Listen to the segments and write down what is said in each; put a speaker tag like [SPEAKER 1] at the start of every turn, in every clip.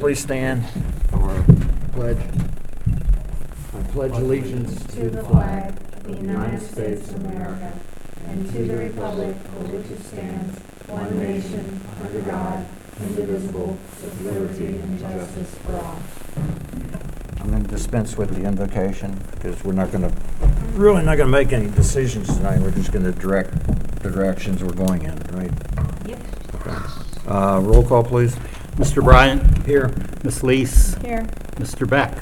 [SPEAKER 1] Please stand for pledge. I pledge allegiance
[SPEAKER 2] to the flag of the United States of America and to the republic for which it stands, one nation, under God, indivisible, with liberty and justice for all.
[SPEAKER 1] I'm going to dispense with the invocation because we're not going to, really not going to make any decisions tonight. We're just going to direct the directions we're going in, right?
[SPEAKER 2] Yep.
[SPEAKER 1] Uh, Roll call, please.
[SPEAKER 3] Mr. Bryant,
[SPEAKER 1] Here.
[SPEAKER 3] Miss Lees,
[SPEAKER 2] Here.
[SPEAKER 3] Mr. Beck.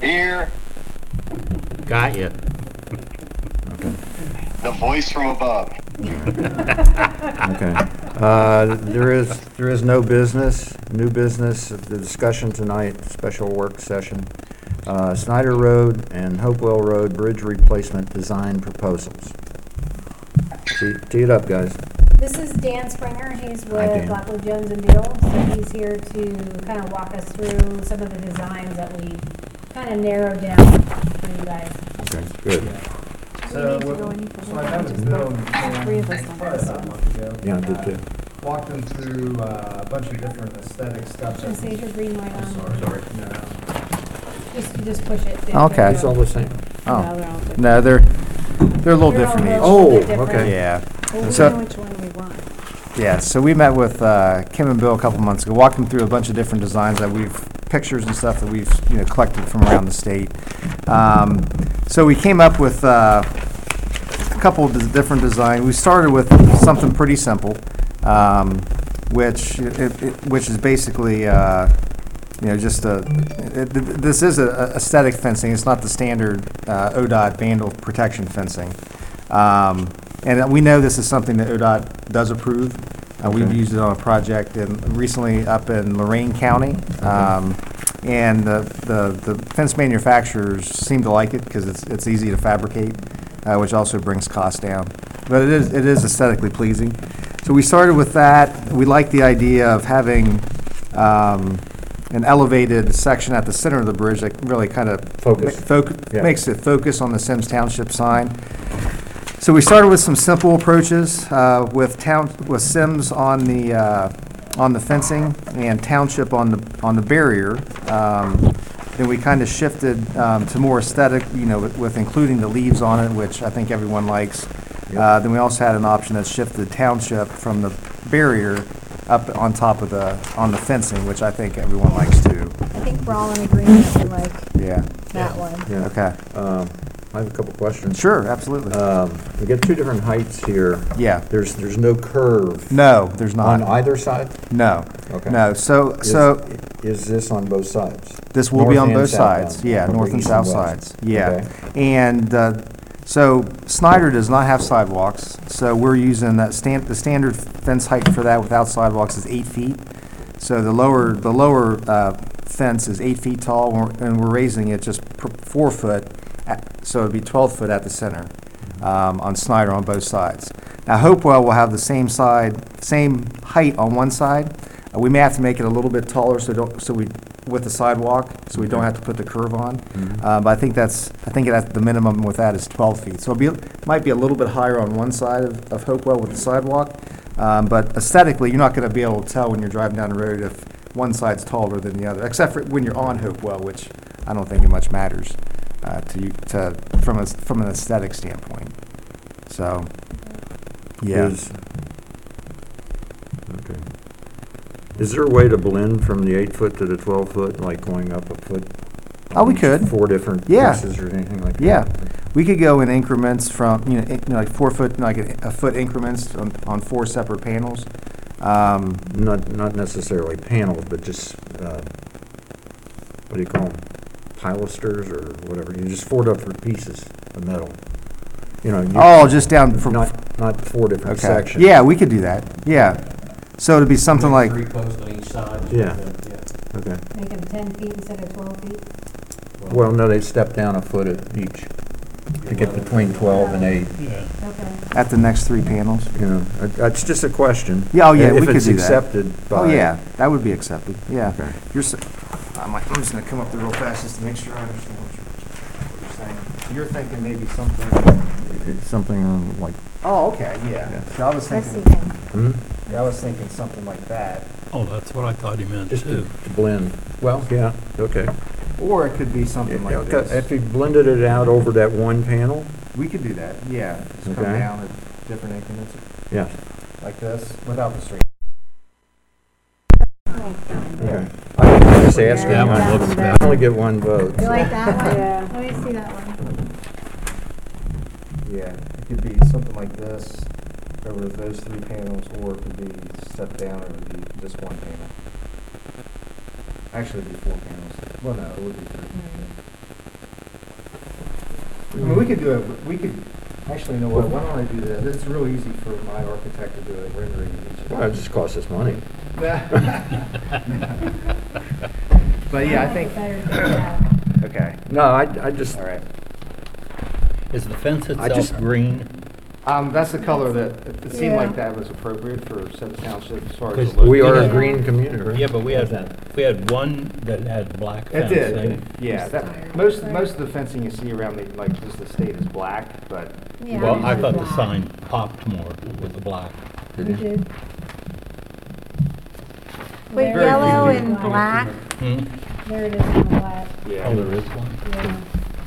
[SPEAKER 4] Hear
[SPEAKER 3] Got you.
[SPEAKER 4] the voice from above.
[SPEAKER 1] Okay. Uh, There is, there is no business, new business, the discussion tonight, special work session. Uh, Snyder Road and Hopewell Road Bridge Replacement Design Proposals. Tee tee it up, guys.
[SPEAKER 2] This is Dan Springer, he's
[SPEAKER 1] Hi, Dan.
[SPEAKER 2] with Lockwood Jones and Beal, so he's here to kind of walk us through some of the designs that we kind of narrowed down for you guys.
[SPEAKER 1] Okay, good.
[SPEAKER 5] So,
[SPEAKER 2] need to
[SPEAKER 5] what-
[SPEAKER 2] go any further.
[SPEAKER 5] so I met with
[SPEAKER 2] Just
[SPEAKER 5] Bill
[SPEAKER 2] the three of us on
[SPEAKER 5] probably
[SPEAKER 2] this
[SPEAKER 5] about a
[SPEAKER 2] one.
[SPEAKER 5] month ago.
[SPEAKER 1] Yeah, I
[SPEAKER 5] and,
[SPEAKER 1] did
[SPEAKER 5] uh,
[SPEAKER 1] too.
[SPEAKER 5] Walked them through uh, a bunch of different aesthetic stuff.
[SPEAKER 2] Just um, say
[SPEAKER 5] that-
[SPEAKER 2] your green light
[SPEAKER 5] I'm
[SPEAKER 2] on,
[SPEAKER 5] sorry, sorry, no.
[SPEAKER 2] just, you just push it.
[SPEAKER 6] Okay.
[SPEAKER 1] It's all the same.
[SPEAKER 2] No,
[SPEAKER 6] Oh,
[SPEAKER 2] they're all different.
[SPEAKER 6] no, they're, they're a little
[SPEAKER 2] They're all
[SPEAKER 6] different. each.
[SPEAKER 2] little
[SPEAKER 1] Oh,
[SPEAKER 2] bit different.
[SPEAKER 1] okay.
[SPEAKER 6] Yeah,
[SPEAKER 2] Well, we
[SPEAKER 6] So-
[SPEAKER 2] know which one we want.
[SPEAKER 6] yeah, so we met with uh, Kim and Bill a couple months ago, walked them through a bunch of different designs that we've, pictures and stuff that we've, you know, collected from around the state. Um, So we came up with uh, a couple of dis- different designs. We started with something pretty simple, um, which, it- it- which is basically, uh, you know, just a, it- th- this is a a aesthetic fencing, it's not the standard uh, ODOT vandal protection fencing. Um, And we know this is something that ODOT does approve. Uh, We've
[SPEAKER 1] Okay.
[SPEAKER 6] used it on a project in- recently up in Lorraine County. Um, And the the the fence manufacturers seem to like it because it's it's easy to fabricate, uh, which also brings costs down. But it is it is aesthetically pleasing. So we started with that. We like the idea of having um, an elevated section at the center of the bridge that really kind of
[SPEAKER 1] Focus. Yeah.
[SPEAKER 6] makes it focus on the Sims Township sign. So we started with some simple approaches uh, with town, with Sims on the, uh, on the fencing and Township on the, on the barrier. Um, Then we kind of shifted um, to more aesthetic, you know, with- with including the leaves on it, which I think everyone likes. Uh, Then we also had an option that shifted Township from the barrier up on top of the, on the fencing, which I think everyone likes too.
[SPEAKER 2] I think we're all in agreement to like
[SPEAKER 6] Yeah,
[SPEAKER 2] that one.
[SPEAKER 1] Yeah.
[SPEAKER 6] okay.
[SPEAKER 1] Um, I have a couple questions.
[SPEAKER 6] Sure, absolutely.
[SPEAKER 1] Um, We got two different heights here.
[SPEAKER 6] Yeah.
[SPEAKER 1] There's, there's no curve
[SPEAKER 6] No, there's
[SPEAKER 1] on
[SPEAKER 6] not.
[SPEAKER 1] either side?
[SPEAKER 6] No,
[SPEAKER 1] Okay.
[SPEAKER 6] no. So,
[SPEAKER 1] Is-
[SPEAKER 6] so
[SPEAKER 1] Is this on both sides?
[SPEAKER 6] This will be
[SPEAKER 1] North
[SPEAKER 6] on
[SPEAKER 1] and
[SPEAKER 6] both
[SPEAKER 1] south
[SPEAKER 6] sides,
[SPEAKER 1] bound.
[SPEAKER 6] yeah,
[SPEAKER 1] Okay,
[SPEAKER 6] north and
[SPEAKER 1] east
[SPEAKER 6] south
[SPEAKER 1] west.
[SPEAKER 6] sides, yeah.
[SPEAKER 1] Okay.
[SPEAKER 6] And uh, so Snyder does not have sidewalks, so we're using that stan the standard fence height for that without sidewalks is eight feet. So the lower, the lower uh, fence is eight feet tall, and we're- and we're raising it just pr- four foot, at- so it'd be 12 foot at the center um, on Snyder on both sides. Now Hopewell will have the same side, same height on one side. Uh, We may have to make it a little bit taller so don't, so we, with the sidewalk, so we don't have to put the curve on. Uh, But I think that's, I think that's, the minimum with that is 12 feet. So it'll be, might be a little bit higher on one side of of Hopewell with the sidewalk. Um, But aesthetically, you're not going to be able to tell when you're driving down the road if one side's taller than the other, except for when you're on Hopewell, which I don't think it much matters uh, to, you- to, from a, from an aesthetic standpoint. So, yeah.
[SPEAKER 1] Is- Okay. Is there a way to blend from the eight foot to the twelve foot, like going up a foot?
[SPEAKER 6] Oh, we
[SPEAKER 1] on
[SPEAKER 6] could.
[SPEAKER 1] Four different
[SPEAKER 6] Yeah.
[SPEAKER 1] pieces or anything like that?
[SPEAKER 6] Yeah, we could go in increments from, you know, in- you know, like four foot, like a a foot increments on, on four separate panels. Um,
[SPEAKER 1] Not, not necessarily panels, but just, uh, what do you call them? Pilasters or whatever, you just four different pieces of metal, you know? you-
[SPEAKER 6] Oh, just down from.
[SPEAKER 1] Not, not four different
[SPEAKER 6] okay.
[SPEAKER 1] sections.
[SPEAKER 6] Yeah, we could do that, yeah. So it'd be something like,
[SPEAKER 5] Three posts on each side.
[SPEAKER 1] Yeah. Okay.
[SPEAKER 2] Make them ten feet instead of twelve feet.
[SPEAKER 1] Well, no, they step down a foot at each to get between twelve and eight.
[SPEAKER 2] Okay.
[SPEAKER 6] at the next three panels.
[SPEAKER 1] you know, it- it's just a question.
[SPEAKER 6] Yeah, oh, yeah,
[SPEAKER 1] If
[SPEAKER 6] we could
[SPEAKER 1] it's
[SPEAKER 6] do that.
[SPEAKER 1] accepted by.
[SPEAKER 6] Oh, yeah, that would be accepted, yeah.
[SPEAKER 1] Okay.
[SPEAKER 6] You're, s- I'm like, I'm just gonna come up there real fast just to make sure I understand what you're, what you're saying. You're thinking maybe something,
[SPEAKER 1] It's Something on, like,
[SPEAKER 6] oh, okay, yeah.
[SPEAKER 1] Yeah.
[SPEAKER 6] So I was
[SPEAKER 2] Let's see
[SPEAKER 6] thinking,
[SPEAKER 2] then.
[SPEAKER 1] hmm?
[SPEAKER 2] I
[SPEAKER 6] Yeah, I was thinking something like that.
[SPEAKER 3] Oh, that's what I thought he meant
[SPEAKER 1] Just to
[SPEAKER 3] too.
[SPEAKER 1] to blend. Well, yeah, okay.
[SPEAKER 7] Or it could be something
[SPEAKER 1] Yeah,
[SPEAKER 7] like
[SPEAKER 1] okay.
[SPEAKER 7] this.
[SPEAKER 1] If you blended it out over that one panel,
[SPEAKER 7] We could do that, yeah.
[SPEAKER 6] Just come
[SPEAKER 1] Okay.
[SPEAKER 6] down at different increments
[SPEAKER 1] yeah,
[SPEAKER 6] like this without the string.
[SPEAKER 1] okay. I was just asking,
[SPEAKER 8] That one looks
[SPEAKER 1] I only get one vote.
[SPEAKER 2] You like that one?
[SPEAKER 9] Yeah.
[SPEAKER 2] Let me see that one.
[SPEAKER 6] Yeah, it could be something like this over those three panels, or it could be set down over the, just one panel. Actually, it'd be four panels. Well, no, it would be three. I mean, we could do it, we could, actually, you know what, why don't I do that? It's real easy for my architect to do a rendering of each of
[SPEAKER 1] Well, it just costs us money.
[SPEAKER 6] But yeah, I think,
[SPEAKER 2] Better than that.
[SPEAKER 6] okay,
[SPEAKER 1] No, I, I just,
[SPEAKER 6] all right.
[SPEAKER 8] Is the fence
[SPEAKER 1] I just-
[SPEAKER 8] itself green?
[SPEAKER 6] Um, that's the color that, it- it seemed like
[SPEAKER 2] Yeah.
[SPEAKER 6] that was appropriate for Seven Township as far as
[SPEAKER 3] Because
[SPEAKER 6] the look.
[SPEAKER 1] we are a
[SPEAKER 2] Yeah.
[SPEAKER 1] green community, right?
[SPEAKER 3] Yeah, but we had, we had one that had black
[SPEAKER 6] It
[SPEAKER 3] fencing.
[SPEAKER 6] did, yeah. That, most, most of the fencing you see around the, like, just the state is black, but
[SPEAKER 2] Yeah,
[SPEAKER 3] Well, I
[SPEAKER 2] did
[SPEAKER 3] thought the
[SPEAKER 2] black.
[SPEAKER 3] sign popped more with the black.
[SPEAKER 2] We did.
[SPEAKER 9] Wait,
[SPEAKER 2] There it
[SPEAKER 9] yellow
[SPEAKER 2] is.
[SPEAKER 9] and black?
[SPEAKER 3] Hmm?
[SPEAKER 2] There it is in black,
[SPEAKER 3] Oh,
[SPEAKER 6] yeah.
[SPEAKER 3] there is one?
[SPEAKER 2] yeah.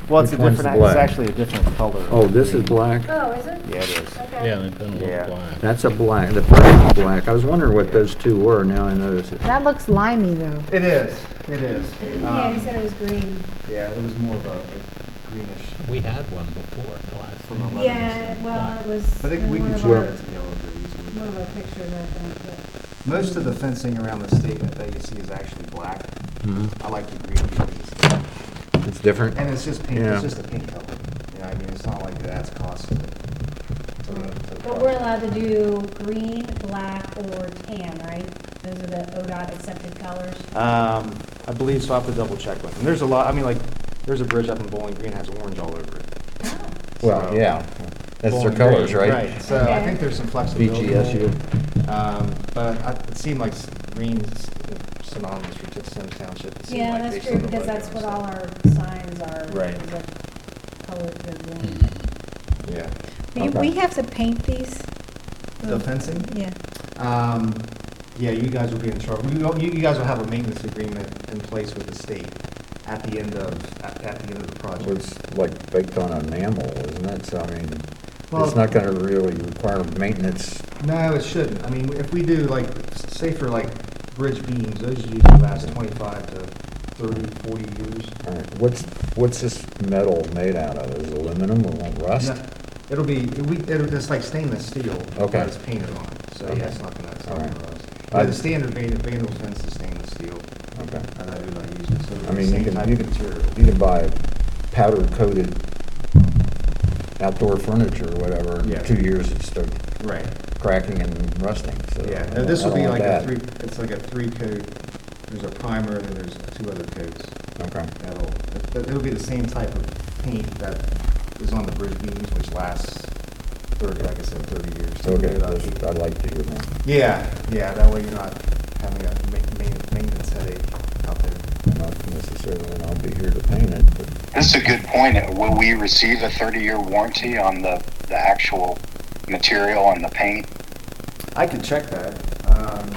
[SPEAKER 6] Well, it's a
[SPEAKER 1] Which one's
[SPEAKER 6] different,
[SPEAKER 1] black?
[SPEAKER 6] it's actually a different color.
[SPEAKER 1] Oh, this is black.
[SPEAKER 2] Oh, is it?
[SPEAKER 6] Yeah, it is.
[SPEAKER 2] Okay.
[SPEAKER 3] Yeah, they've been a
[SPEAKER 6] Yeah.
[SPEAKER 3] little black.
[SPEAKER 1] That's a black, the first is black. I was wondering what those two were, now I notice it.
[SPEAKER 9] That looks limey though.
[SPEAKER 6] It is, it is.
[SPEAKER 2] Yeah, he
[SPEAKER 6] Um,
[SPEAKER 2] said it was green.
[SPEAKER 6] Yeah, it was more of a a greenish.
[SPEAKER 3] We had one before, the last
[SPEAKER 6] From a
[SPEAKER 3] one.
[SPEAKER 6] Eleven
[SPEAKER 2] Yeah,
[SPEAKER 6] percent
[SPEAKER 2] well,
[SPEAKER 3] black.
[SPEAKER 2] it was
[SPEAKER 6] I think
[SPEAKER 2] in
[SPEAKER 6] we
[SPEAKER 2] one
[SPEAKER 6] can
[SPEAKER 2] of
[SPEAKER 6] share
[SPEAKER 2] our,
[SPEAKER 6] it yellow pretty
[SPEAKER 2] one
[SPEAKER 6] easily.
[SPEAKER 2] of our pictures, I think,
[SPEAKER 6] Most of the fencing around the state that you see is actually black.
[SPEAKER 1] Mm-hmm.
[SPEAKER 6] I like the green because,
[SPEAKER 1] It's different?
[SPEAKER 6] and it's just pink,
[SPEAKER 1] Yeah.
[SPEAKER 6] it's just a pink color. You know, I mean, it's not like that's costly. to the- to the
[SPEAKER 2] but. But
[SPEAKER 6] project.
[SPEAKER 2] we're allowed to do green, black, or tan, right? Those are the ODOT accepted colors.
[SPEAKER 6] Um, I believe so. I have to double check with them. There's a lot. I mean, like, there's a bridge up in Bowling Green that has orange all over it.
[SPEAKER 2] Ah.
[SPEAKER 1] Well,
[SPEAKER 6] So-
[SPEAKER 1] yeah, that's their
[SPEAKER 6] Bowling
[SPEAKER 1] colors,
[SPEAKER 6] Green,
[SPEAKER 1] right?
[SPEAKER 6] So I
[SPEAKER 2] Okay.
[SPEAKER 6] think there's some flexibility.
[SPEAKER 1] VGSU.
[SPEAKER 6] Um, but I, it seemed like s- green's synonymous with just Sims Township. It seemed
[SPEAKER 2] Yeah,
[SPEAKER 6] like
[SPEAKER 2] that's
[SPEAKER 6] based
[SPEAKER 2] true,
[SPEAKER 6] on the
[SPEAKER 2] because
[SPEAKER 6] logo
[SPEAKER 2] that's
[SPEAKER 6] and
[SPEAKER 2] what
[SPEAKER 6] stuff.
[SPEAKER 2] all our signs are.
[SPEAKER 6] Right.
[SPEAKER 2] is that Color, the green.
[SPEAKER 6] Yeah.
[SPEAKER 9] We-
[SPEAKER 1] Okay.
[SPEAKER 9] We have to paint these?
[SPEAKER 6] The fencing.
[SPEAKER 9] Yeah.
[SPEAKER 6] Um, yeah, you guys will be in trouble. You, you you guys will have a maintenance agreement in place with the state at the end of at, at the end of the project.
[SPEAKER 1] It's like baked on enamel, isn't it? So, I mean,
[SPEAKER 6] Well-
[SPEAKER 1] it's not gonna really require maintenance.
[SPEAKER 6] No, it shouldn't. I mean, if we do like, say for like bridge beams, those usually last twenty-five to thirty, forty years.
[SPEAKER 1] All right, what's, what's this metal made out of? Is it aluminum, it won't rust?
[SPEAKER 6] No, It'll be, we, it'll, it's like stainless steel. but
[SPEAKER 1] Okay.
[SPEAKER 6] It's painted on, so yeah, it's not gonna, it's not
[SPEAKER 1] All
[SPEAKER 6] gonna
[SPEAKER 1] right.
[SPEAKER 6] rust. Yeah, the standard Van- Vandal fence is stainless steel,
[SPEAKER 1] Okay.
[SPEAKER 6] and I do not use it, so
[SPEAKER 1] I
[SPEAKER 6] it's the
[SPEAKER 1] mean, you
[SPEAKER 6] Uh, same
[SPEAKER 1] can,
[SPEAKER 6] type
[SPEAKER 1] you
[SPEAKER 6] of
[SPEAKER 1] can,
[SPEAKER 6] material.
[SPEAKER 1] you can buy powder coated outdoor furniture or whatever.
[SPEAKER 6] Yeah.
[SPEAKER 1] In two years, it's still
[SPEAKER 6] Right,
[SPEAKER 1] cracking and rusting, so.
[SPEAKER 6] yeah.
[SPEAKER 1] I
[SPEAKER 6] Now, this
[SPEAKER 1] don't-
[SPEAKER 6] will be
[SPEAKER 1] I
[SPEAKER 6] like
[SPEAKER 1] don't
[SPEAKER 6] a
[SPEAKER 1] want
[SPEAKER 6] three, it's like a three coat, there's a primer, and then there's two other coats.
[SPEAKER 1] that. Okay.
[SPEAKER 6] That'll, that- it'll be the same type of paint that is on the bridge beams, which lasts thirty, like I said, thirty years. So
[SPEAKER 1] Okay,
[SPEAKER 6] they're not-
[SPEAKER 1] that's- I'd like to hear more.
[SPEAKER 6] Yeah, yeah, that way you're not having a ma- ma- maintenance headache out there.
[SPEAKER 1] Not necessarily, I'll be here to paint it, but.
[SPEAKER 4] This is a good point. Will we receive a 30 year warranty on the, the actual material and the paint?
[SPEAKER 6] I could check that. Um,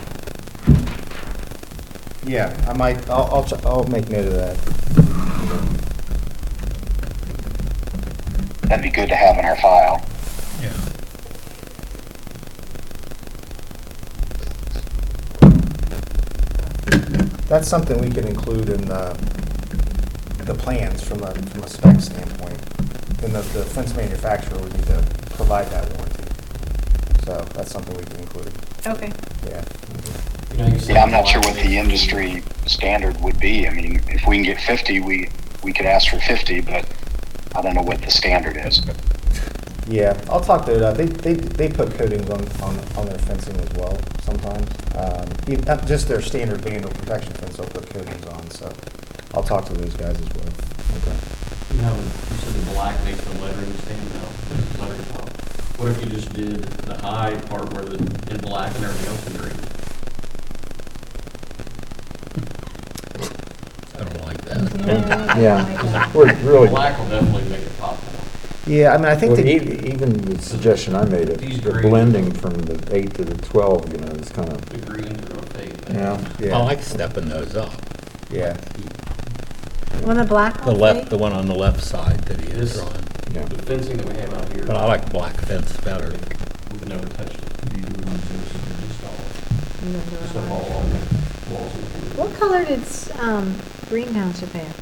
[SPEAKER 6] Yeah, I might, I'll, I'll, ch- I'll make note of that.
[SPEAKER 4] That'd be good to have in our file.
[SPEAKER 3] Yeah.
[SPEAKER 6] That's something we could include in the, the plans from a, from a spec standpoint. And the, the fence manufacturer would need to provide that warranty. So that's something we can include,
[SPEAKER 9] Okay.
[SPEAKER 6] yeah.
[SPEAKER 4] Yeah, I'm not sure what the industry standard would be. I mean, if we can get 50, we, we could ask for 50, but I don't know what the standard is.
[SPEAKER 6] Yeah, I'll talk to ODOT. They, they, they put coatings on, on, on their fencing as well sometimes. Um, even- not just their standard vandal protection fence, they'll put coatings on, so I'll talk to those guys as well. Okay.
[SPEAKER 10] No, you said the black makes the lettering stand out, lettering pop. What if you just did the high part where the, in black and everything else in green?
[SPEAKER 3] I don't like that.
[SPEAKER 2] Yeah.
[SPEAKER 1] Yeah, we're really,
[SPEAKER 10] Black will definitely make it pop more.
[SPEAKER 5] Yeah, I mean, I think
[SPEAKER 1] Well,
[SPEAKER 5] they.
[SPEAKER 1] e- Even the suggestion I made, of
[SPEAKER 10] These
[SPEAKER 1] the
[SPEAKER 10] green.
[SPEAKER 1] blending from the eight to the 12, you know, is kind of,
[SPEAKER 10] the greens are opaque.
[SPEAKER 1] you know,
[SPEAKER 6] Oh,
[SPEAKER 3] I
[SPEAKER 5] Yeah,
[SPEAKER 3] like stepping those up.
[SPEAKER 5] yeah.
[SPEAKER 11] Want a black
[SPEAKER 3] The
[SPEAKER 11] one,
[SPEAKER 3] left,
[SPEAKER 11] Dave?
[SPEAKER 3] the one on the left side that he is
[SPEAKER 10] This-
[SPEAKER 3] drawing.
[SPEAKER 1] yeah.
[SPEAKER 10] The fencing that we have out here.
[SPEAKER 3] But I like black fence better.
[SPEAKER 10] We've never touched it. These are the ones that are installed.
[SPEAKER 11] No, they're
[SPEAKER 10] It's not
[SPEAKER 11] not.
[SPEAKER 10] all on the walls.
[SPEAKER 11] What color did, s- um, greenhouse have?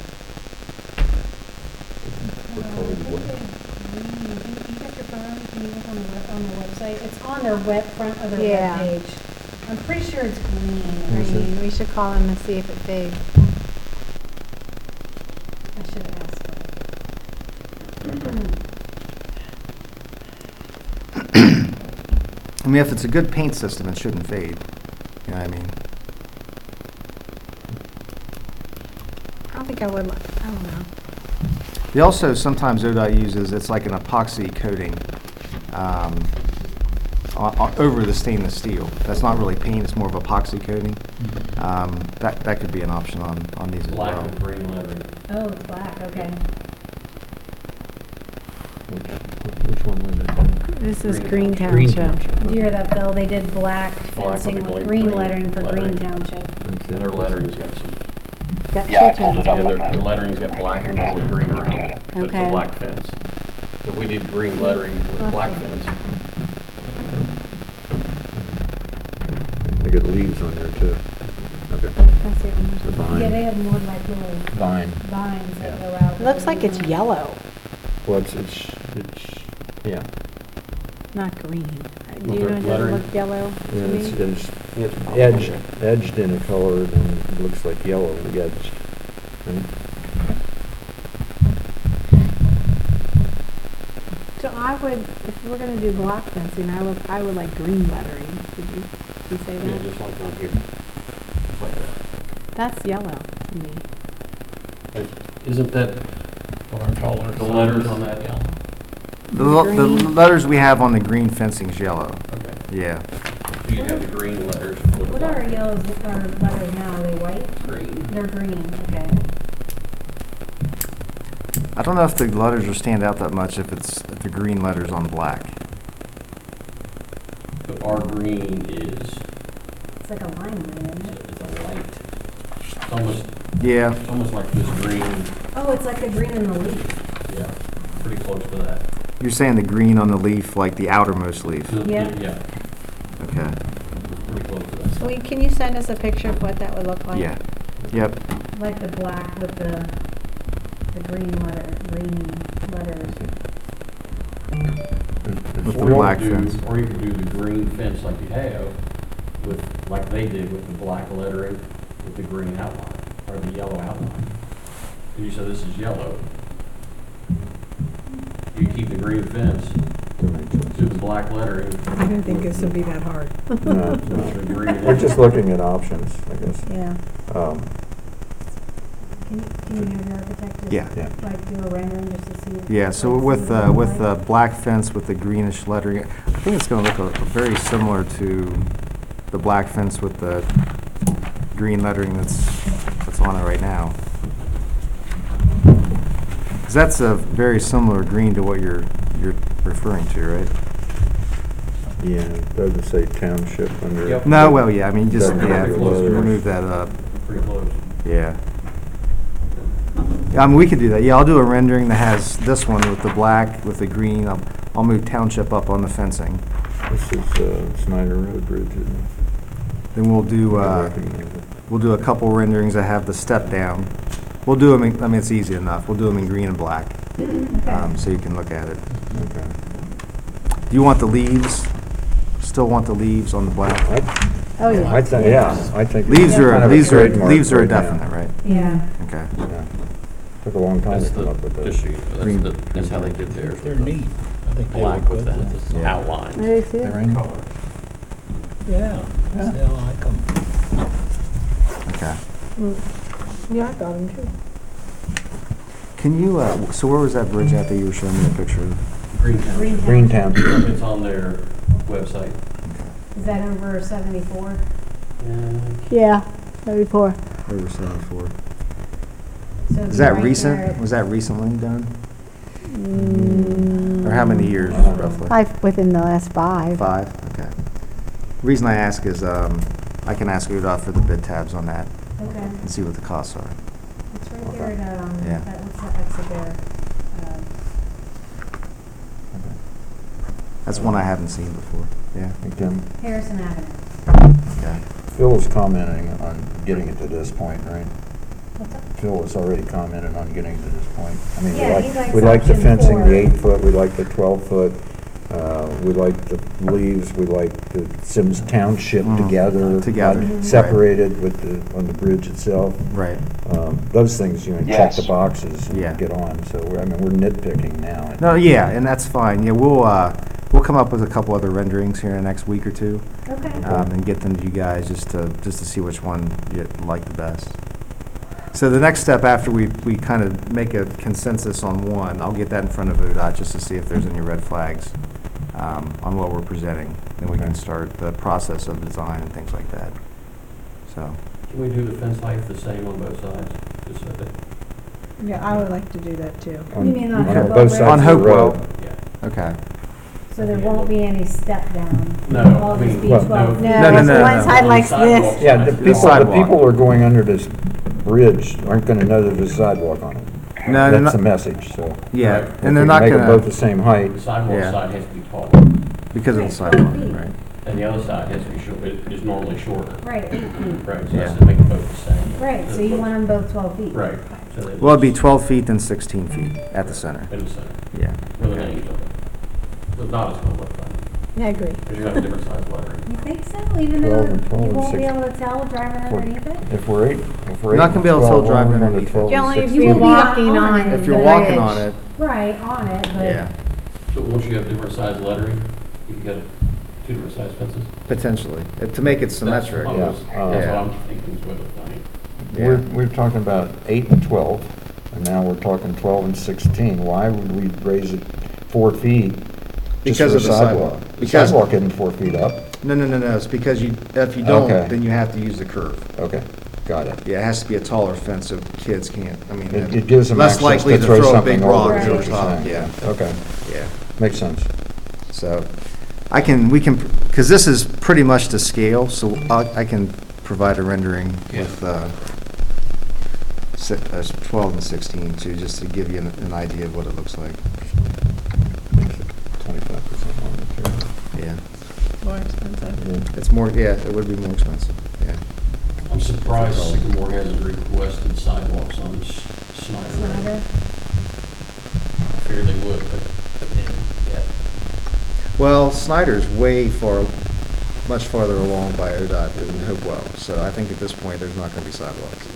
[SPEAKER 2] On the website, it's on their web, front of their
[SPEAKER 11] Yeah.
[SPEAKER 2] webpage. I'm pretty sure it's green.
[SPEAKER 11] Green, we should call them and see if it fades.
[SPEAKER 2] I should have asked.
[SPEAKER 6] I mean, if it's a good paint system, it shouldn't fade. You know what I mean?
[SPEAKER 11] I don't think I would, li- I don't know.
[SPEAKER 6] They also, sometimes ODOT uses, it's like an epoxy coating um, o- o- over the stainless steel. That's not really paint, it's more of epoxy coating. Um, That, that could be an option on, on these as
[SPEAKER 10] Black
[SPEAKER 6] well.
[SPEAKER 10] with green lettering.
[SPEAKER 2] Oh, black, okay.
[SPEAKER 1] Which which one was it?
[SPEAKER 11] This is
[SPEAKER 10] Green-
[SPEAKER 11] Green Township.
[SPEAKER 2] Did you hear that, Bill? They did black
[SPEAKER 10] Black
[SPEAKER 2] fencing
[SPEAKER 10] with
[SPEAKER 2] with
[SPEAKER 10] green-
[SPEAKER 2] green
[SPEAKER 10] green
[SPEAKER 2] lettering for Green
[SPEAKER 10] lettering.
[SPEAKER 2] Township.
[SPEAKER 10] And their lettering's got some,
[SPEAKER 11] Got
[SPEAKER 4] Yeah, I
[SPEAKER 11] two
[SPEAKER 4] pulled it
[SPEAKER 11] towns.
[SPEAKER 4] up.
[SPEAKER 10] yeah, their their lettering's got black and with green around it. But It's
[SPEAKER 2] Okay.
[SPEAKER 10] a black fence. But we did green lettering with black fence.
[SPEAKER 1] They got leaves on there, too. Okay.
[SPEAKER 2] That's the one.
[SPEAKER 1] The
[SPEAKER 2] Yeah, they
[SPEAKER 1] vine.
[SPEAKER 2] have more like little
[SPEAKER 1] Vine.
[SPEAKER 2] vines that
[SPEAKER 1] Yeah.
[SPEAKER 2] go out.
[SPEAKER 11] It Looks like it's
[SPEAKER 2] Mhm.
[SPEAKER 11] yellow,
[SPEAKER 1] Well, it's, it's, it's, yeah.
[SPEAKER 11] not green. Do
[SPEAKER 10] Well,
[SPEAKER 11] you
[SPEAKER 10] they're
[SPEAKER 11] know, does it
[SPEAKER 10] lettering.
[SPEAKER 11] look yellow to
[SPEAKER 1] Yeah, It's,
[SPEAKER 11] me?
[SPEAKER 1] it's it's edged, edged in a color and it looks like yellow, the edge. And
[SPEAKER 11] So I would, if we're gonna do block fencing, I would, I would like green lettering. Did you, did you say
[SPEAKER 10] Yeah,
[SPEAKER 11] that?
[SPEAKER 10] just like on here. Like that.
[SPEAKER 11] That's yellow to me.
[SPEAKER 10] Isn't that the letters on that? Yeah.
[SPEAKER 6] The lo- the
[SPEAKER 11] Green.
[SPEAKER 6] letters we have on the green fencing's yellow,
[SPEAKER 10] Okay.
[SPEAKER 6] yeah.
[SPEAKER 10] You have the green letters.
[SPEAKER 2] What are yellows, are letters now? Are they white?
[SPEAKER 10] Green.
[SPEAKER 2] They're green, okay.
[SPEAKER 6] I don't know if the letters will stand out that much if it's the green letters on black.
[SPEAKER 10] But our green is,
[SPEAKER 2] It's like a lime green, isn't it?
[SPEAKER 10] it's a light. It's almost,
[SPEAKER 6] Yeah,
[SPEAKER 10] it's almost like this green,
[SPEAKER 2] Oh, it's like the green in the leaf.
[SPEAKER 10] yeah, pretty close to that.
[SPEAKER 6] you're saying the green on the leaf, like the outermost leaf,
[SPEAKER 10] Mm-hmm.
[SPEAKER 2] Yeah.
[SPEAKER 10] Yeah,
[SPEAKER 6] okay,
[SPEAKER 10] pretty close to that.
[SPEAKER 11] Wait, can you send us a picture of what that would look like?
[SPEAKER 6] yeah, yep.
[SPEAKER 2] Like the black with the, the green letter, green letters.
[SPEAKER 6] With
[SPEAKER 10] Or
[SPEAKER 6] the
[SPEAKER 10] you
[SPEAKER 6] black
[SPEAKER 10] could do-
[SPEAKER 6] fence.
[SPEAKER 10] Or you could do the green fence like you have with, like they did with the black lettering with the green outline, or the yellow outline. And you say this is yellow. You keep the green fence, do the black lettering.
[SPEAKER 11] I don't think this would be that hard.
[SPEAKER 1] No,
[SPEAKER 10] With
[SPEAKER 1] no.
[SPEAKER 10] the green.
[SPEAKER 1] We're just looking at options, I guess.
[SPEAKER 11] Yeah.
[SPEAKER 1] Um,
[SPEAKER 2] Can, can you have your architect just,
[SPEAKER 6] Yeah.
[SPEAKER 1] Yeah.
[SPEAKER 2] like do a rendering just to see?
[SPEAKER 6] Yeah, so
[SPEAKER 2] like, see
[SPEAKER 6] with,
[SPEAKER 2] what
[SPEAKER 6] uh,
[SPEAKER 2] it
[SPEAKER 6] with the
[SPEAKER 2] looks
[SPEAKER 6] black fence with the greenish lettering, I think it's gonna look a- very similar to the black fence with the green lettering that's, that's on it right now. 'Cause that's a very similar green to what you're, you're referring to, right?
[SPEAKER 1] yeah, it doesn't say township under.
[SPEAKER 10] Yep.
[SPEAKER 1] it.
[SPEAKER 6] No, well, yeah, I mean, just,
[SPEAKER 1] Doesn't
[SPEAKER 6] yeah,
[SPEAKER 1] have the letters.
[SPEAKER 6] remove that up,
[SPEAKER 10] Pretty close.
[SPEAKER 6] yeah. Yeah, I mean, we could do that, yeah, I'll do a rendering that has this one with the black, with the green, I'll, I'll move township up on the fencing.
[SPEAKER 1] This is uh, Snyder Road Bridge. isn't it?
[SPEAKER 6] Then we'll do, uh,
[SPEAKER 1] Recognize it.
[SPEAKER 6] we'll do a couple renderings that have the step down. We'll do them, in- I mean, it's easy enough. We'll do them in green and black, um, so you can look at it.
[SPEAKER 1] Okay.
[SPEAKER 6] Do you want the leaves? Still want the leaves on the black?
[SPEAKER 1] I-
[SPEAKER 11] Oh,
[SPEAKER 1] I think, yeah, I think. it's
[SPEAKER 6] Leaves
[SPEAKER 1] kind
[SPEAKER 6] are,
[SPEAKER 1] of a
[SPEAKER 6] leaves are,
[SPEAKER 1] trademark
[SPEAKER 6] leaves are
[SPEAKER 1] right now.
[SPEAKER 6] definite, right?
[SPEAKER 2] Yeah.
[SPEAKER 6] Okay.
[SPEAKER 1] Yeah. Took a long time
[SPEAKER 10] That's
[SPEAKER 1] to
[SPEAKER 10] the,
[SPEAKER 1] come up with those.
[SPEAKER 10] just so you know,
[SPEAKER 1] green-
[SPEAKER 10] that's the, that's how they did theirs.
[SPEAKER 12] They're
[SPEAKER 10] with the
[SPEAKER 12] neat. I think they
[SPEAKER 10] Black
[SPEAKER 12] look
[SPEAKER 10] with
[SPEAKER 12] good.
[SPEAKER 10] that
[SPEAKER 6] Yeah.
[SPEAKER 10] outline.
[SPEAKER 11] There you see it.
[SPEAKER 10] Color.
[SPEAKER 12] Yeah,
[SPEAKER 1] Yeah.
[SPEAKER 12] that's how I come.
[SPEAKER 6] Okay.
[SPEAKER 11] Yeah, I got them too.
[SPEAKER 6] Can you, uh, so where was that bridge at that you were showing me a picture of?
[SPEAKER 10] Green town.
[SPEAKER 2] Green
[SPEAKER 1] Green
[SPEAKER 2] town.
[SPEAKER 1] Township.
[SPEAKER 10] It's on their website.
[SPEAKER 2] Is that over seventy-four?
[SPEAKER 11] Yeah, seventy-four.
[SPEAKER 6] Over seventy-four.
[SPEAKER 2] So
[SPEAKER 6] Is
[SPEAKER 2] it's
[SPEAKER 6] that
[SPEAKER 2] right there.
[SPEAKER 6] recent? Was that recently done?
[SPEAKER 11] Mm.
[SPEAKER 6] Or how many years
[SPEAKER 1] Uh-huh.
[SPEAKER 6] roughly?
[SPEAKER 13] I've, within the last five.
[SPEAKER 6] Five, okay. Reason I ask is, um, I can ask ODOT for the bid tabs on that
[SPEAKER 2] Okay,
[SPEAKER 6] and see what the costs are.
[SPEAKER 2] it's right there at, um,
[SPEAKER 6] Yeah.
[SPEAKER 2] that looks like exit there. Um,
[SPEAKER 6] That's one I haven't seen before, yeah.
[SPEAKER 1] Again,
[SPEAKER 2] Harrison Avenue.
[SPEAKER 6] Okay.
[SPEAKER 1] Phil was commenting on getting it to this point, right?
[SPEAKER 2] What's up?
[SPEAKER 1] Phil has already commented on getting to this point. I mean, we
[SPEAKER 2] Yeah,
[SPEAKER 1] like-
[SPEAKER 2] he likes
[SPEAKER 1] We like the
[SPEAKER 2] option
[SPEAKER 1] fencing,
[SPEAKER 2] four.
[SPEAKER 1] the eight foot, we like the twelve foot, uh, we like the leaves, we like the Sims Township
[SPEAKER 6] Mm,
[SPEAKER 1] together.
[SPEAKER 6] together,
[SPEAKER 1] not
[SPEAKER 6] Mhm. right.
[SPEAKER 1] Separated with the, on the bridge itself.
[SPEAKER 6] Right.
[SPEAKER 1] Um, Those things, you know, check the
[SPEAKER 4] Yes.
[SPEAKER 1] boxes
[SPEAKER 6] Yeah.
[SPEAKER 1] and get on, so, we're I mean, we're nitpicking now.
[SPEAKER 6] No, yeah, and that's fine, yeah, we'll, uh, we'll come up with a couple other renderings here in the next week or two,
[SPEAKER 2] Okay.
[SPEAKER 6] um, and get them to you guys just to, just to see which one you like the best. So the next step after we, we kind of make a consensus on one, I'll get that in front of ODOT just to see if there's any red flags, um, on what we're presenting. Then we
[SPEAKER 1] Okay.
[SPEAKER 6] can start the process of design and things like that, so.
[SPEAKER 10] Can we do the fence height the same on both sides? Just so that,
[SPEAKER 14] Yeah, I would like to do that too.
[SPEAKER 1] On-
[SPEAKER 6] Um,
[SPEAKER 2] You mean on
[SPEAKER 1] on
[SPEAKER 2] Hopewell
[SPEAKER 1] both
[SPEAKER 2] Road?
[SPEAKER 1] sides
[SPEAKER 6] On
[SPEAKER 1] of the road.
[SPEAKER 6] Hopewell,
[SPEAKER 10] yeah.
[SPEAKER 6] okay.
[SPEAKER 2] So there won't be any step down?
[SPEAKER 10] No,
[SPEAKER 2] It'll all
[SPEAKER 10] I mean,
[SPEAKER 2] just be
[SPEAKER 1] well,
[SPEAKER 2] 12
[SPEAKER 13] No,
[SPEAKER 2] feet.
[SPEAKER 6] No, no,
[SPEAKER 13] it's
[SPEAKER 6] no,
[SPEAKER 13] the one
[SPEAKER 6] no.
[SPEAKER 13] side likes
[SPEAKER 10] Sidewalks.
[SPEAKER 13] this.
[SPEAKER 1] Yeah, the people, the
[SPEAKER 6] Sidewalk.
[SPEAKER 1] people who are going under this bridge aren't gonna know that there's a sidewalk on it.
[SPEAKER 6] No, they're
[SPEAKER 1] That's the
[SPEAKER 6] not-
[SPEAKER 1] message, so.
[SPEAKER 6] yeah,
[SPEAKER 10] Right.
[SPEAKER 6] and they're not
[SPEAKER 1] Make them both the
[SPEAKER 6] gonna,
[SPEAKER 1] same height.
[SPEAKER 10] The sidewalk
[SPEAKER 6] Yeah.
[SPEAKER 10] side has to be taller,
[SPEAKER 6] because of the
[SPEAKER 2] Right,
[SPEAKER 6] sidewalk,
[SPEAKER 2] twelve feet.
[SPEAKER 6] right?
[SPEAKER 10] and the other side has to be short, it is normally shorter.
[SPEAKER 2] Right, eight feet.
[SPEAKER 10] Right, so
[SPEAKER 6] Yeah.
[SPEAKER 10] that's to make them both the same.
[SPEAKER 2] Right, so you want them both 12 feet?
[SPEAKER 10] Right. so that
[SPEAKER 6] Well, it'd be
[SPEAKER 10] it's
[SPEAKER 6] 12 feet and 16 feet at the center.
[SPEAKER 10] In the center,
[SPEAKER 6] Yeah.
[SPEAKER 10] where the names are. The dot is gonna look like,
[SPEAKER 14] I agree.
[SPEAKER 10] because you have a different size lettering.
[SPEAKER 2] You think so, even
[SPEAKER 1] 12
[SPEAKER 2] though
[SPEAKER 1] and 12
[SPEAKER 2] you
[SPEAKER 1] and
[SPEAKER 2] won't be
[SPEAKER 1] 16.
[SPEAKER 2] able to tell driving
[SPEAKER 1] Four.
[SPEAKER 2] underneath it?
[SPEAKER 1] If we're eight, if we're eight.
[SPEAKER 6] You're not gonna be able to tell driving underneath it.
[SPEAKER 13] Only if
[SPEAKER 2] You
[SPEAKER 13] you're
[SPEAKER 2] will be
[SPEAKER 13] walking
[SPEAKER 2] on
[SPEAKER 13] on
[SPEAKER 2] it.
[SPEAKER 6] If you're
[SPEAKER 13] the
[SPEAKER 6] walking
[SPEAKER 13] ledge.
[SPEAKER 6] on it,
[SPEAKER 2] Right, on it,
[SPEAKER 6] yeah,
[SPEAKER 2] but
[SPEAKER 10] So won't you have different size lettering if you got two different size fences?
[SPEAKER 6] potentially, Uh, to make it
[SPEAKER 10] That's
[SPEAKER 6] symmetric.
[SPEAKER 10] what I was-
[SPEAKER 1] yeah.
[SPEAKER 10] That's what
[SPEAKER 6] Yeah.
[SPEAKER 10] I'm thinking, is what it's funny.
[SPEAKER 1] We're,
[SPEAKER 6] Yeah.
[SPEAKER 1] we're talking about eight and 12, and now we're talking 12 and 16. Why would we raise it four feet just
[SPEAKER 6] Because
[SPEAKER 1] for a
[SPEAKER 6] of the sidewalk.
[SPEAKER 1] sidewalk? The
[SPEAKER 6] Because-
[SPEAKER 1] sidewalk isn't four feet up.
[SPEAKER 6] No, no, no, no, it's because you, if you don't,
[SPEAKER 1] Okay.
[SPEAKER 6] then you have to use the curve.
[SPEAKER 1] Okay, got it.
[SPEAKER 6] Yeah, it has to be a taller fence so kids can't, I mean.
[SPEAKER 1] It it gives them
[SPEAKER 6] less
[SPEAKER 1] access
[SPEAKER 6] likely
[SPEAKER 1] to throw
[SPEAKER 6] a
[SPEAKER 1] something
[SPEAKER 6] big
[SPEAKER 1] over.
[SPEAKER 6] rock
[SPEAKER 1] is
[SPEAKER 6] over
[SPEAKER 1] what you're
[SPEAKER 6] top,
[SPEAKER 1] saying.
[SPEAKER 6] Yeah,
[SPEAKER 1] Okay,
[SPEAKER 6] yeah.
[SPEAKER 1] makes sense.
[SPEAKER 6] So I can, we can, because this is pretty much to scale, so I I can provide a rendering with uh, si- uh, 12 and 16 too, just to give you an an idea of what it looks like.
[SPEAKER 1] Makes it 25% more material.
[SPEAKER 6] Yeah,
[SPEAKER 14] More expensive.
[SPEAKER 1] Yeah.
[SPEAKER 6] it's more, yeah, it would be more expensive, yeah.
[SPEAKER 10] I'm surprised Sycamore hasn't requested sidewalks on S- Snyder.
[SPEAKER 2] it's not
[SPEAKER 10] Road.
[SPEAKER 2] a-
[SPEAKER 10] I figured they would, but, but then, yeah.
[SPEAKER 6] Well, Snyder's way far, much farther along by ODOT than Hopewell, so I think at this point, there's not going to be sidewalks.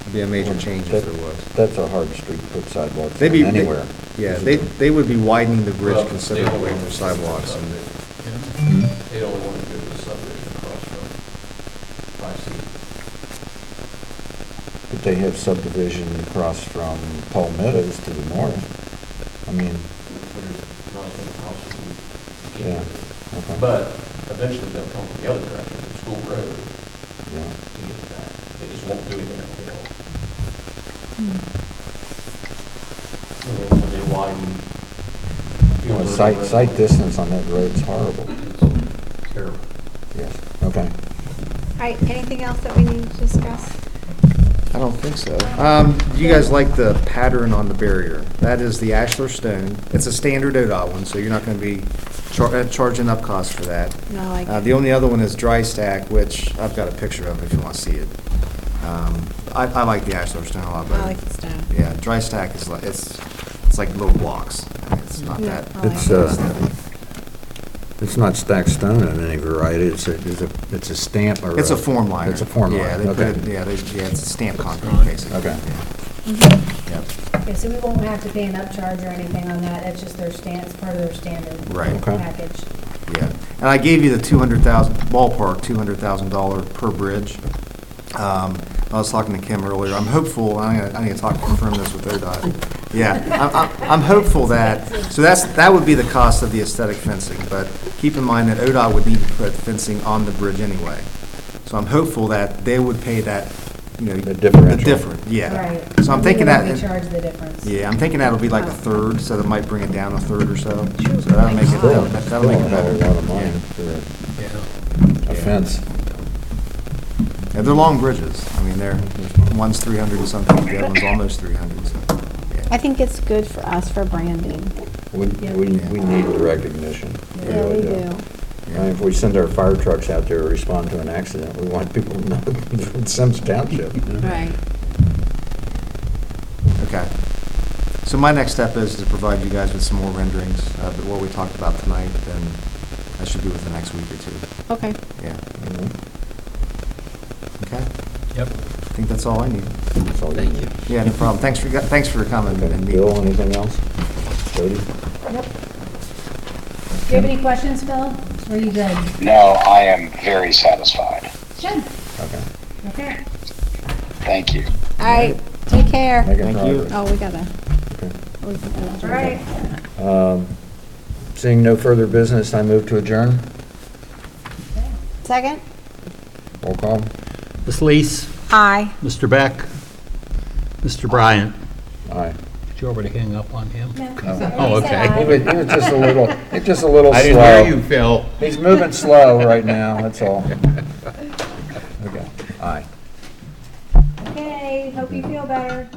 [SPEAKER 6] It'd be a major change if there was.
[SPEAKER 1] That's a hard street to put sidewalks
[SPEAKER 6] They'd
[SPEAKER 1] in
[SPEAKER 6] be- they-
[SPEAKER 1] anywhere.
[SPEAKER 6] Yeah, they, they would be widening the
[SPEAKER 10] Well,
[SPEAKER 6] bridge
[SPEAKER 10] they
[SPEAKER 6] considerably
[SPEAKER 10] only
[SPEAKER 6] with
[SPEAKER 10] want
[SPEAKER 6] their
[SPEAKER 10] to do
[SPEAKER 6] sidewalks and
[SPEAKER 10] subdivision. They only want to do the subdivision across from five C.
[SPEAKER 1] But they have subdivision across from Paul Meadows to the north. I mean,
[SPEAKER 10] Not as many houses. we can't
[SPEAKER 1] yeah,
[SPEAKER 10] do it.
[SPEAKER 1] okay.
[SPEAKER 10] But eventually they'll come from the other direction, the school road,
[SPEAKER 1] Yeah.
[SPEAKER 10] to get it back. They just won't do anything on the hill. And then when they widen.
[SPEAKER 1] You know, sight, sight distance on that road's horrible.
[SPEAKER 10] It's Terrible.
[SPEAKER 1] Yes, okay.
[SPEAKER 13] All right, anything else that we need to discuss?
[SPEAKER 6] I don't think so. Um, do you guys like the pattern on the barrier? That is the ashlar stone. It's a standard ODOT one, so you're not gonna be char- uh, charging up costs for that.
[SPEAKER 13] No, I like
[SPEAKER 6] Uh, the only other one is dry stack, which I've got a picture of if you wanna see it. Um, I, I like the ashlar stone a lot better.
[SPEAKER 13] I like the stone.
[SPEAKER 6] Yeah, dry stack is like, it's, it's like little blocks. I mean, It's not
[SPEAKER 13] Yeah,
[SPEAKER 6] that.
[SPEAKER 13] I like
[SPEAKER 1] It's,
[SPEAKER 13] the
[SPEAKER 1] uh,
[SPEAKER 13] stone.
[SPEAKER 1] It's not stacked stone in any variety, it's a, it's a, it's a stamp or.
[SPEAKER 6] It's a form liner.
[SPEAKER 1] It's a form
[SPEAKER 6] Yeah,
[SPEAKER 1] liner,
[SPEAKER 6] they put it,
[SPEAKER 1] okay.
[SPEAKER 6] yeah, they, yeah, it's stamped concrete, basically.
[SPEAKER 1] Okay.
[SPEAKER 13] Mm-hmm.
[SPEAKER 6] Yep,
[SPEAKER 2] Okay, so we won't have to pay an upcharge or anything on that, that's just their stand, it's part of their standard
[SPEAKER 6] Right.
[SPEAKER 1] Okay.
[SPEAKER 2] package.
[SPEAKER 6] yeah. And I gave you the two hundred thousand, ballpark, two hundred thousand dollar per bridge. Um, I was talking to Kim earlier, I'm hopeful, and I, I need to talk, confirm this with ODOT. Yeah, I'm, I'm, I'm hopeful that, so that's, that would be the cost of the aesthetic fencing, but keep in mind that ODOT would need to put fencing on the bridge anyway. So I'm hopeful that they would pay that you know.
[SPEAKER 1] The differential.
[SPEAKER 6] The difference, yeah.
[SPEAKER 2] Right.
[SPEAKER 6] So I'm
[SPEAKER 2] We
[SPEAKER 6] thinking
[SPEAKER 2] would
[SPEAKER 6] that.
[SPEAKER 2] only charge the difference.
[SPEAKER 6] Yeah, I'm thinking that'll be like a third, so that might bring it down a third or so. So that'll make it, that'll that'll make it better.
[SPEAKER 1] Still a lot of money
[SPEAKER 6] Yeah.
[SPEAKER 1] for
[SPEAKER 6] Yeah.
[SPEAKER 1] a fence.
[SPEAKER 6] Yeah, they're long bridges. I mean, they're, one's 300 and something, the other one's almost 300, so.
[SPEAKER 11] I think it's good for us for branding.
[SPEAKER 1] We, we, we need the recognition. We
[SPEAKER 11] Yeah, we
[SPEAKER 1] really
[SPEAKER 11] do.
[SPEAKER 1] I mean, if we send our fire trucks out there to respond to an accident, we want people to know from Sims Township.
[SPEAKER 11] Right.
[SPEAKER 6] Okay. So my next step is to provide you guys with some more renderings of what we talked about tonight, and that should be within the next week or two.
[SPEAKER 11] Okay.
[SPEAKER 6] Yeah,
[SPEAKER 1] Mhm.
[SPEAKER 6] okay.
[SPEAKER 3] Yep.
[SPEAKER 6] I think that's all I need.
[SPEAKER 1] That's all we
[SPEAKER 3] Thank
[SPEAKER 1] need.
[SPEAKER 3] you.
[SPEAKER 6] Yeah, no problem. Thanks for, thanks for coming
[SPEAKER 1] Okay,
[SPEAKER 6] and meeting.
[SPEAKER 1] Bill, anything else? Jody?
[SPEAKER 2] Yep. Do you have any questions, Phil? Were you good?
[SPEAKER 4] No, I am very satisfied.
[SPEAKER 2] Good.
[SPEAKER 1] Okay.
[SPEAKER 2] Okay.
[SPEAKER 4] Thank you.
[SPEAKER 11] All right, take care.
[SPEAKER 1] Making
[SPEAKER 6] Thank you.
[SPEAKER 1] progress.
[SPEAKER 11] Oh, we gotta.
[SPEAKER 1] Okay.
[SPEAKER 11] we gotta-
[SPEAKER 2] All right.
[SPEAKER 1] Um, Seeing no further business, I move to adjourn.
[SPEAKER 11] Second?
[SPEAKER 1] Roll call.
[SPEAKER 3] Ms. Lees,
[SPEAKER 11] Aye.
[SPEAKER 3] Mr. Beck, Mr. Bryant.
[SPEAKER 1] Aye.
[SPEAKER 3] Did you already hang up on him?
[SPEAKER 1] No.
[SPEAKER 3] Oh,
[SPEAKER 1] He
[SPEAKER 3] okay.
[SPEAKER 1] was, he was just a little, he's just a little
[SPEAKER 3] I didn't hear you,
[SPEAKER 1] slow.
[SPEAKER 3] Phil.
[SPEAKER 1] He's moving slow right now, that's all. Okay, aye.
[SPEAKER 2] Okay, hope you feel better.